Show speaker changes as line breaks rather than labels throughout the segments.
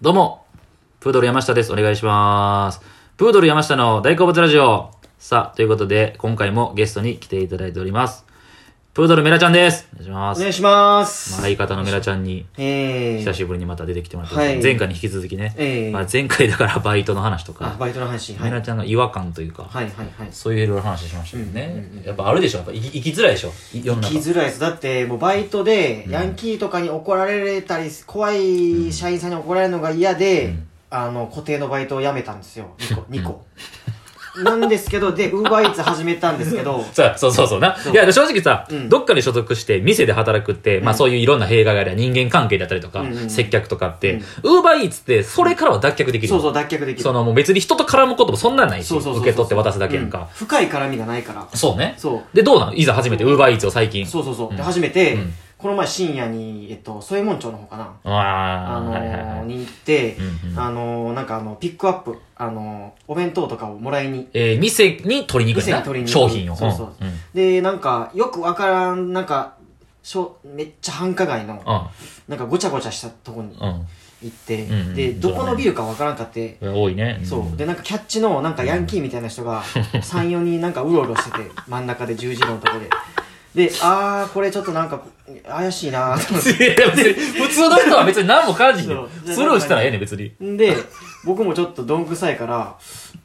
どうも、プードル山下です。お願いします。プードル山下の大好物ラジオ。さあ、ということで、今回もゲストに来ていただいております。プードルメラちゃんです。お願いしま
お
す。
願いします。
まあ、相方のメラちゃんに、
えー、
久しぶりにまた出てきてもらって、
はい
前回に引き続きね、
ええ
まあ、前回だからバイトの話と
あ
か、
バイトの話、は
メ
い、は
ラ
い、
ちゃんの違和感というか、
はい、はい。
そういういろいろ話しましたよね、やっぱあるでしょやっぱ生き生きづらいでしょい世の
生
中
きづらいです。だって、もうバイトで、ヤンキーとかに怒られたり、怖い社員さんに怒られるのが嫌で、あの、固定のバイトを辞めたんですよ。2個、二個。なんですけど、で、ウーバーイーツ始めたんですけど、
さあそうそうそうな。いや、正直さ、
うん
どっかに所属して、店で働くって、まあそういういろんな弊害がありゃ、人間関係だったりとか、
うんうん
接客とかって、ウーバーイーツって、それからは脱却できる。
そうそう、脱却できる。
その、もう別に人と絡むこともそんなんないし、
そうそうそうそう
受け取って渡すだけやん
うん
か。
深い絡みがないから。
そうね。
そう。
で、どうなのいざ初めて、ウーバーイーツを最近。
そうそうそう。
うん
で、初めて、
うん
この前深夜に、えっと、添右衛門町の方かな。
あー、
あの
はいはいは
ー、
い。
に行って、
うんうん
あのー、なんかあの、ピックアップ、あのー、お弁当とかをもらいに、
えー、店に取りに行くねん
店に取り
な。
に
商品を。
そうそうん
ん
で、なんか、よくわからん、なんか、しょめっちゃ繁華街の、なんかごちゃごちゃしたとこに
うん。うん。
行って、
うんうん
で、どこのビルかわからんかって、
多いね。ん
そう。で、なんかキャッチの、なんかヤンキーみたいな人 が、3、4人なんかうろうろしてて、真ん中で十字路のとこで。で、あー、これちょっとなんか、怪しいなーと思って。
いや別に普通の人は別に何も感じんねん
そう
スルーしたらええねん、別に。
で、僕もちょっとどんくさいから、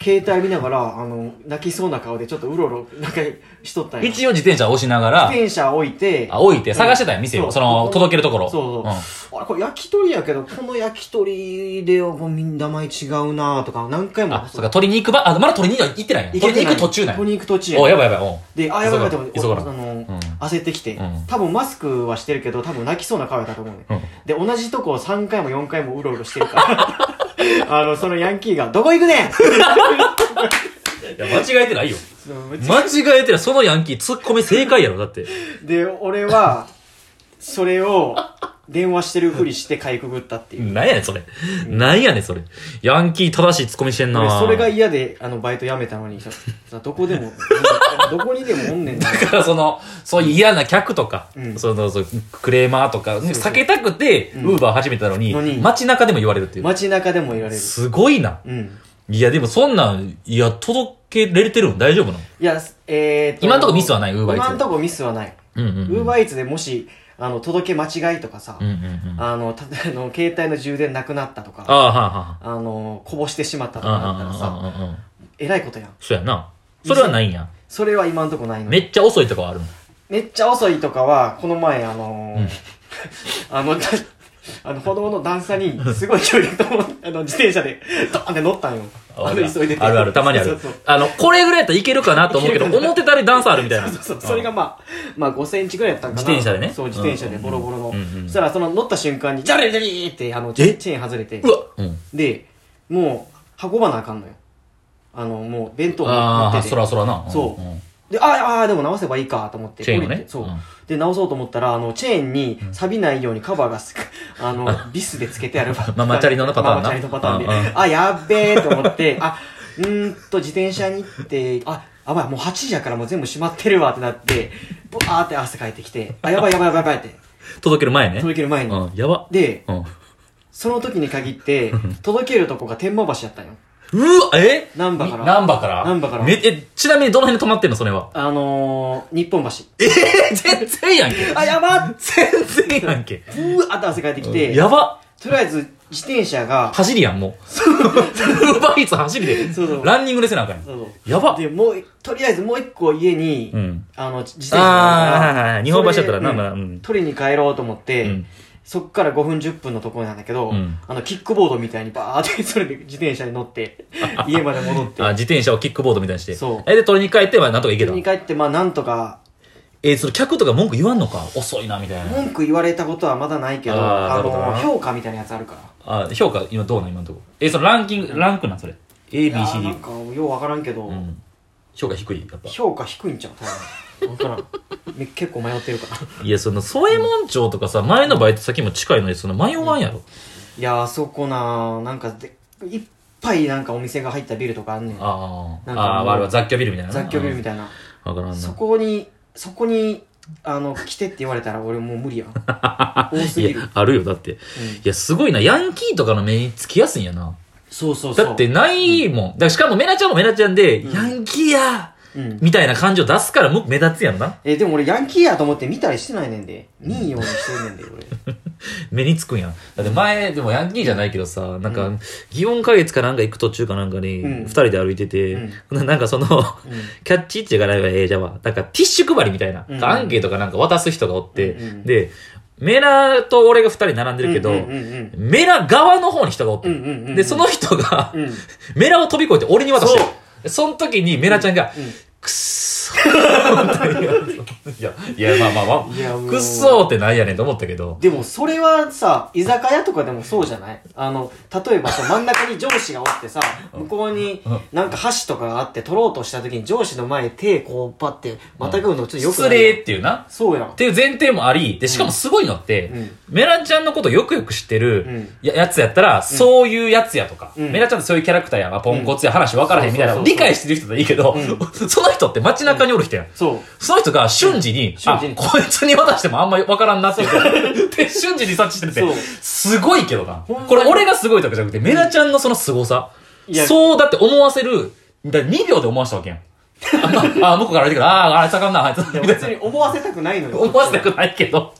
携帯見ながら、あの、泣きそうな顔でちょっとうろうろ、なんかしとったんや。自
一応自転車押しながら、
転車置いて、
あ、置いて探してたよ、店
そ
を。
う
その、届けるところ。
そうそう、あれこれ焼き鳥やけどこの焼き鳥ではもうみんな名前違うなとか何回
うん
も
あ、そうか、取りに行くば、あ、まだ取りには行ってないんや
行
取
け
り
て
に行
ない
く途中なんや
取りに行く途中や
お、やばいやばい、お
であやばいやば
急
いと思っ
ご
て
急ごな
あの、
うん
焦ってきて、
うん
多分マスクはしてるけど多分泣きそうな顔やったと思うね、
うん
で同じとこを3回も4回もうろうろしてるから あのそのヤンキーが「どこ行くねん!」
いや、間違えてないよ。
その
間違えてない。そのヤンキー、突っ込み正解やろ、だって。
で俺はそれを電話してるふりしてかいくぐったっていう、
なんやねん、それ。なんやねん、それ。ヤンキー正しい突っ込みしてん
俺
な
それが嫌であのバイト辞めたのにささどこでもどこにでもおんねんな
だからその、そういう嫌な客とか、
うん
その、そうクレーマーとか、避けたくて、ウーバー始めたのに
の、に
街中でも言われるっていう。
街中でもいられる。
すごいな。
うん。
いや、でもそんなん、いや、届けられてるの大丈夫なの
いや、えーと、
今んとこミスはない Uber Eats
今んとこミスはない。
うんう
ウ
んうん。
ーバーイーツでもし、あの、届け間違いとかさ
うん、うんうん。あ
あの、た あの、携帯の充電なくなったと
あ、
か、
はあは
あの、こぼしてしまったと
あ。
かなったら
あ
さ、
あ、ああ、ああ。
えらいことやん。
そうやな。それはないんや。
それは今んとこないの。
めっちゃ遅いとかはあるの。
めっちゃ遅いとかは、この前、あのー、 あの、だ あの、歩道の段差に、すごい距離と、 あの、自転車で、ドーンって乗ったんよ。あの、急いでて。
あるある、たまにある
そうそう。
あの、これぐらいやったらいけるかなと思うけど、
いけるかな
思ってたより段差あるみたいな。
そうそうそれがまあ、まあ5センチぐらいやったんかな。
自転車でね
そう、自転車で
うん
ボロボロの。
うんうん
そしたら、その乗った瞬間に、ジャリジャリって、あの、チェーンチェーン外れて
う。わうん。
で、もう、運ばなあかんのよ。あの、もう、弁当持
あ
っ
あ、
て
そ
て。
らそらな。
そうん
ん
で、ああ、でも直せばいいかと思って。
チェーンをね。
降りてそううんで、直そうと思ったら、あの、チェーンに錆びないようにカバーがす、 あの、ビスでつけてあれば。
ママチャリのパターンな
ママチャリのパターンで。
うんう
あ、やっべえと思って、あ、うーんと、自転車に行って、あ、やばい、もう8時やからもう全部閉まってるわってなって、ブワーって汗かいてきて、あ、やばいやばいやばいやばいって、
届ける前ね。
届ける前に。
うん、やば。
で、
うん。
その時に限って、届けるとこが天満橋やったんよ。
うわ、え
難波から
ナンバから
難波から
めえ、ちなみにどの辺で止まってんの、それは。
あのー、日本橋。
えへへ全然やんけ。
あ、やばっ
全然やんけ。
ブワーって汗かいてきて、
やば。
とりあえず、自転車が、
走りやん、もう。 ウーバーイーツ走りで
そうそう。
ランニングでせなあかんやん。
そう
やば。
で、もう、とりあえずもう一個家に、
うん。
あの、自転車がある
あーはいはいはい日本橋やったらなまだうん
取りに帰ろうと思って、
うん
そっから5分10分のところなんだけど、
うん
あの、キックボードみたいにバーって それで自転車に 乗って、家まで戻って、
あ、自転車をキックボードみたいにして。
そう
え、で、取りに帰って、まあ、なんとか行け
取
た
りに。帰って、まあなんとか、
えー、その客とか文句言わんのか遅いな、みたいな。
文句言われたことはまだないけど、
あー
あ
なるほど
の、
な
評価みたいなやつあるから。
あ、評価、今どうなん今のとこ。えー、そのランキング、ランクなんそれ。A、B、
いや
C、
ーなん
D。
か、ようわからんけど、
うん。評価低い、やっぱ。
評価低いんちゃう多分。わからん。め結構迷ってるから。
いや、その、添右衛門町とかさ、前のバイト先も近いのに、その、迷わんやろ。
いやーあそこなーなんかでいっぱいなんかお店が入ったビルとかあんねん
あー
なんかもう
あー、あれは雑居ビルみたいなな。
雑居ビルみたいな
うんわからんな。
そこにそこにあの、来てって言われたら俺もう無理や ん。多すぎ
い
る。う
や
ん、
あるよ、だって。いや、すごいな。ヤンキーとかの目につきやすいんやな。
そうそうそう。
だって、ないもん。だからしかもメナちゃんもメナちゃんで、ヤンキーや
うん。
みたいな感じを出すからむ目立つやんな。
え、でも俺ヤンキーやと思って見たりしてないねんで。見んようにしてんねんで、俺。
目につくんやん。だって前、でもヤンキーじゃないけどさ、なんか、祇園花月かなんか行く途中かなんかに、
うん
二人で歩いてて、 ななんかその、キャッチっていうかないわ、ええじゃわ。なんかティッシュ配りみたいな、
うん
アンケートかなんか渡す人がおって、
うんうん
で、メナと俺が二人並んでるけど、
うんうんうん
メラ側の方に人がおって、
うんうんうんうん
で、その人が、
うん。うん。
メラを飛び越えて俺に渡して
そう
そその時にメラちゃんが、くっそーっていや、いや、まあまあま
いやも
あ、
う
くっそーってなんやねんと思ったけど、
でもそれはさ、居酒屋とかでもそうじゃないあの、例えばさ、真ん中に上司がおってさ、向こうになんか箸とかがあって取ろうとした時に上司の前に手こうパってまたぐのちょっとよくな
失
いやん
礼っていうな。
そうやん
っ。ていう前提もあり、で、しかもすごいのって、
うん
メラちゃんのことよくよく知って
う
る
ん
や,、つやったら、そういうやつやとか、
うん
メラちゃんってそういうキャラクターやんか、ポンコツや話分からへんみたいな、
そうそうそうそう
理解してる人でいいけど、その人って街中におる人やん。
そう。
その人が瞬時に、
瞬時に
あ、こいつに渡してもあんまり分からんなっていう で、瞬時に察知して
そう
て、すごいけどな。
ほんまに
これ俺がすごいとかじゃなくて、メラちゃんのその凄さ
い。や
そうだって思わせる、だ2秒で思わせたわけやん。 あ、あ向こうから出てくる。ああ、あいつあかんな、あいつ。
いや別に思わせたくないのよ。
思わせたくないけど、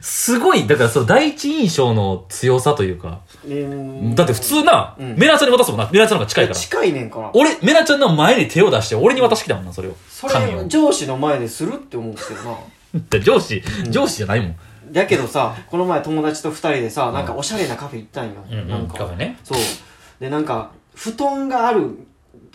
すごい、だからその第一印象の強さというか、
うん
だって普通な、
うん
メラちゃんに渡すもんな、メラちゃんの方が近いから。
近いねんから。
俺、メラちゃんの前に手を出して、俺に渡してきたもんな、それを。
そ
紙を
れ、上司の前でするって思うんですけどな。
で上司、上司じゃないもん。
だけどさ、この前友達と二人でさ、なんかおしゃれなカフェ行ったんよ。
うんうん
なんか
カフェね。
そう。で、なんか、布団がある、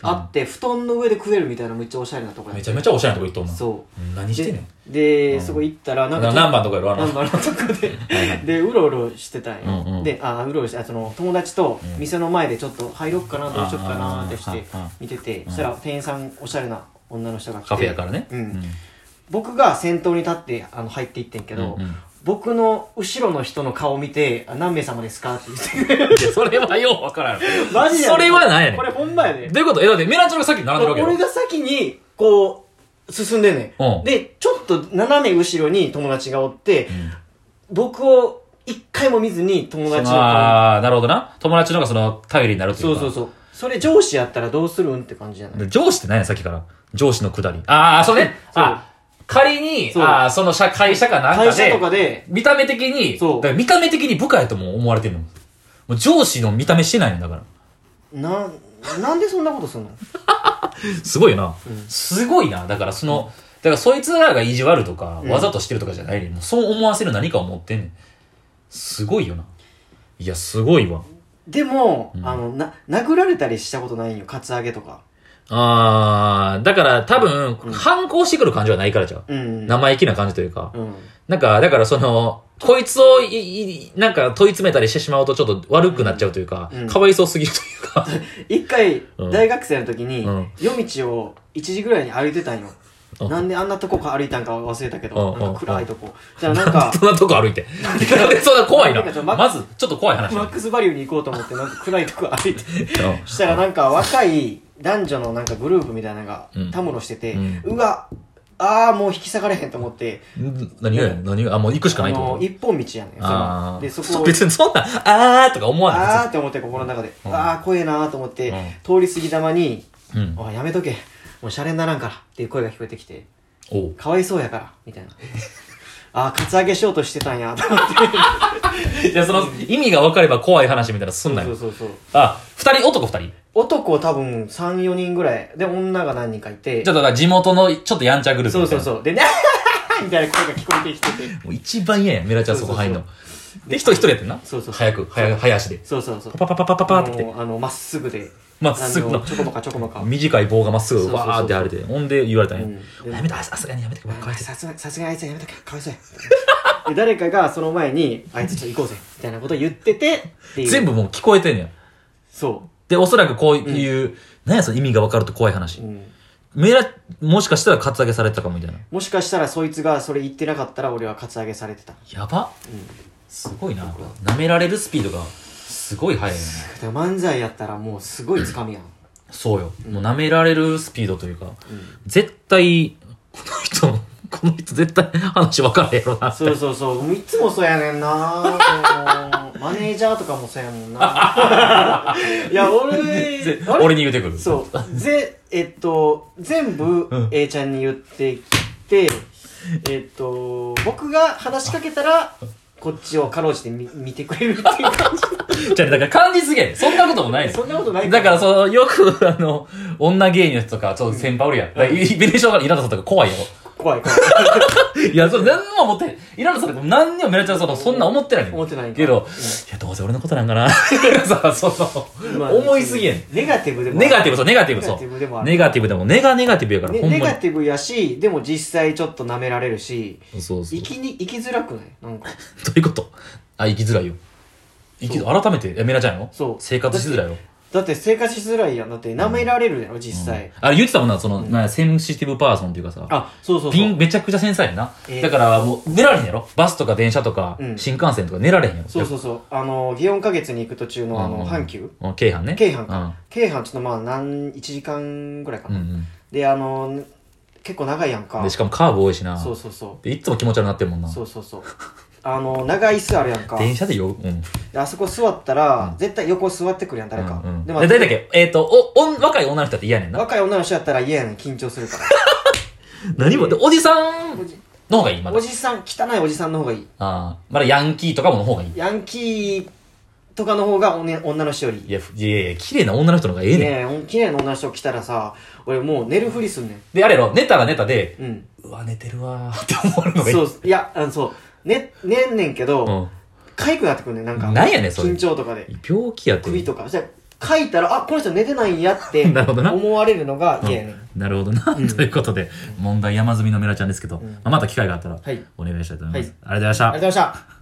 あって、布団の上で食えるみたいなめっちゃおしゃれなとこや
めちゃめちゃおしゃれなとこ行っとんな。
そ
うん何
う。
してんね
で
ん。、
で、そこ行ったら、なんか、
な何番とかやろ、あ
ナン
の。
バーのとこ で、で、うろうろしてたんよ。
うんうん
で、あ、うろうろして、あその友達と
うん
店の前でちょっと入ろっかな、どうしよっかなってして
ああああ、
見てて、
うん
そしたら店員さん、おしゃれな女の人が来て。
カフェやからね。
うん僕が先頭に立ってあの入っていってんけど、
うんうん
僕の後ろの人の顔見て「あ何名様ですか?」って言って
いやそれはようわ からん。
「マジで?」
それはなんやねん。
これ
ど
ほんまやで、
ういうことえ、だってメラちゃんがさっき並んでるわけよ。
俺が先にこう進んでんね、
うん
でちょっと斜め後ろに友達がおって、
ん
僕を一回も見ずに友達の顔
ああ、なるほどな。友達のがその、頼りになるとい
そうう
か。
そうそうそれ上司やったらどうするんって感じじゃない
で上司って何や、さっきから。上司のくだり。ああ、それね。
そう
あ、仮に、
そう
ああ、その社会社かなんかで。
会社とかで
見た目的に、
そう
だから見た目的に部下やとも思われてるの。もう上司の見た目してないんだから。
ななんでそんなことすんの
すごいよな。すごいな。だからその、だからそいつらが意地悪とか、
うん
わざとしてるとかじゃないねんもうそう思わせる何かを持ってんねん。すごいよな。いや、すごいわ。
でも、
ん
あのな殴られたりしたことないんよカツアゲとか
あー、だから多分、反抗してくる感じはないからじゃう。
うん
生意気な感じというか。
うん
なんか、だからその、こいつをい、いなんか問い詰めたりしてしまうとちょっと悪くなっちゃうというか、
うん
かわいそうすぎるというか。
一回
うん
大学生の時に
うん
夜道を1時ぐらいに歩いてたんよ
うん
なんであんなとこ歩いたんか忘れたけ
う
ど
ん
なんか暗いとこじゃあ なんか
そんなとこ 歩いて。 なんでそんな怖いな
なんかちょ。っと
まず、ちょっと怖い 話
マ
だ
ックスバリューに行こうと思ってなんか暗いとこ歩いて
ね。
したらなんか若い男女のなんかグループみたいなのが
うん
たむろしてて
うん
うわああもう引き裂かれへんと思って
うん何がや何があ、もう行くしかな
あ
いって
の
こと
一本道やねん
あー
そのでそこを
別にそんな、あーとか思わない。
あーって思って心の中で
うん
ああ怖えなーと思って
うん
通り過ぎたまに
うん。
おいやめとけもうシャレにならんからっていう声が聞こえてきて
おう
かわいそうやからみたいな ああカツアゲしようとしてたんやと思って
いや、その、意味が分かれば怖い話みたいなのすんな
そう
よ。
そうそう
あ、二人、男二人。
男多分34人ぐらいで女が何人かいて
じゃあ、だから地元のちょっとやんちゃグループ
そう
みた
そ
いうな。
そうでねみたいな声が聞こえてきてて
もう一番嫌やん、メラちゃんそこ入んの。で、一人一人やってんな。
そうそう
早く、早、早足で。
そうそうそう
パパパパパパって来て。
もうあのまっすぐで
まっすぐの
あちょこまかちょこまか
短い棒がまっすぐ
そうそうそう
わーってあれてほんで言われたんや、
うん
やめたさすがにやめてくれかわいそう
さすがさすがにあいつはやめとけかわいそうやで誰かがその前にあいつちょっと行こうぜみたいなことを言っててっていう
全部もう聞こえてんねや
そ
でおそらくこういう、なんやその意味が分かると怖い話、
う、うん、
メラもしかしたらカツアゲされてたかもみたいな
もしかしたらそいつがそれ言ってなかったら俺はカツアゲされてた
やば、すごいな舐められるスピードがすごい速いよね
だから漫才やったらもうすごいつかみやん、
そうよ、もう舐められるスピードというか、絶対この人この人絶対話分からへんやろな。
そうそうそうもういつもそうやねん なもうマネージャーとかもそうやも んないや俺
ぜ
あれ
俺に言うてくる。
そうぜえっと全部
うん
A ちゃんに言ってきて、えっと僕が話しかけたらこっちをかろうじて見見てくれるっていう感じ
じゃあ、だから感じすぎやそんなこともないです
そんなことない
だから、その、よく、あの、女芸人の人とか、ちょっと先輩おるやん。だからイベネーションから稲田さんとか怖いやろ。
怖い怖い
いや、それ何も思ってへん。稲田さんとか何にもめらちゃんその、そんな思ってないねん
思ってないんか
けど、
うん
いや、どうせ俺のことなんか な。さ、その、
まあ
思いすぎやん。
ネガティブでもある
ネガティブ、そう、ネガティブ、
ネ
そ
ガティブでもあ
う。
る
ネガティブでも、ネガネガティブやから、
ね
ほん
ネ
ま
ガティブやしでも実際ちょっと舐められるし
に。そうそう。
生きに生きづらくないなんか
どういうことあ、生きづらいよ。生き、改めて、え、メラちゃんよ。
そう
生活しづらいよ。
だって生活しづらいやんだって舐められるやろ実際、
あれ言ってたもんな、その、なんやセンシティブパーソンっていうかさ。
あそうそうそう
ピン、めちゃくちゃ繊細やな。
えー
だから、もう、寝られへんやろバスとか電車とか、
うん
新幹線とか寝られへんやろ
そうそうそうあの祇園花月に行く途中のあ
うん
の阪急
うん京阪ね。
京阪か京阪ちょっとまあ何1時間ぐらいか
うん。
な、
うん
であの結構長いやん
うん。
か
で、しかもカーブ多いしな。
そうそうそ
でいつも気持ち悪くなってるもん
う
な。
そうそうそうあの長い椅子あるやんか
電車で酔う。うん。
であそこ座ったら、絶対横座ってくるやん誰か、
うんうん、
で
で、
ま
誰
あ
だっけえっ、と、お、おん、若い女の人だって嫌やねんな。
若い女の人やったら嫌やねん緊張 するから
何も、でおじさん
おじ
の方がいい、まだ
お。じさん汚いおじさんの方がいい
ああ。まだヤンキーとかもの方がいい。
ヤンキーとかの方がお、ね、女の人より
いや、ふいやいや、綺麗な女の人の方がええねん。
ねえ綺麗な女の人来たらさ俺もう寝るふりすんねん
で、あれやろ、寝たら寝たで、
うん
うわ、寝てるわーって思われるのがいい。。
そうういやあのそうね寝んねんけど、
ん。
かゆくなってくるねんなんか
なんやねんそれ
緊張とかで
病気やって。
首とかじゃあ書いたらあこの人寝てないんやって
なるほどな
思われるのが
うん
嫌やねん
なるほどな。
うん
ということで、問題山積みのメラちゃんですけど、
うん
まあまた機会があったら
はい
お願いしたいと思います。ありが
はい
とうございました
ありがとうございました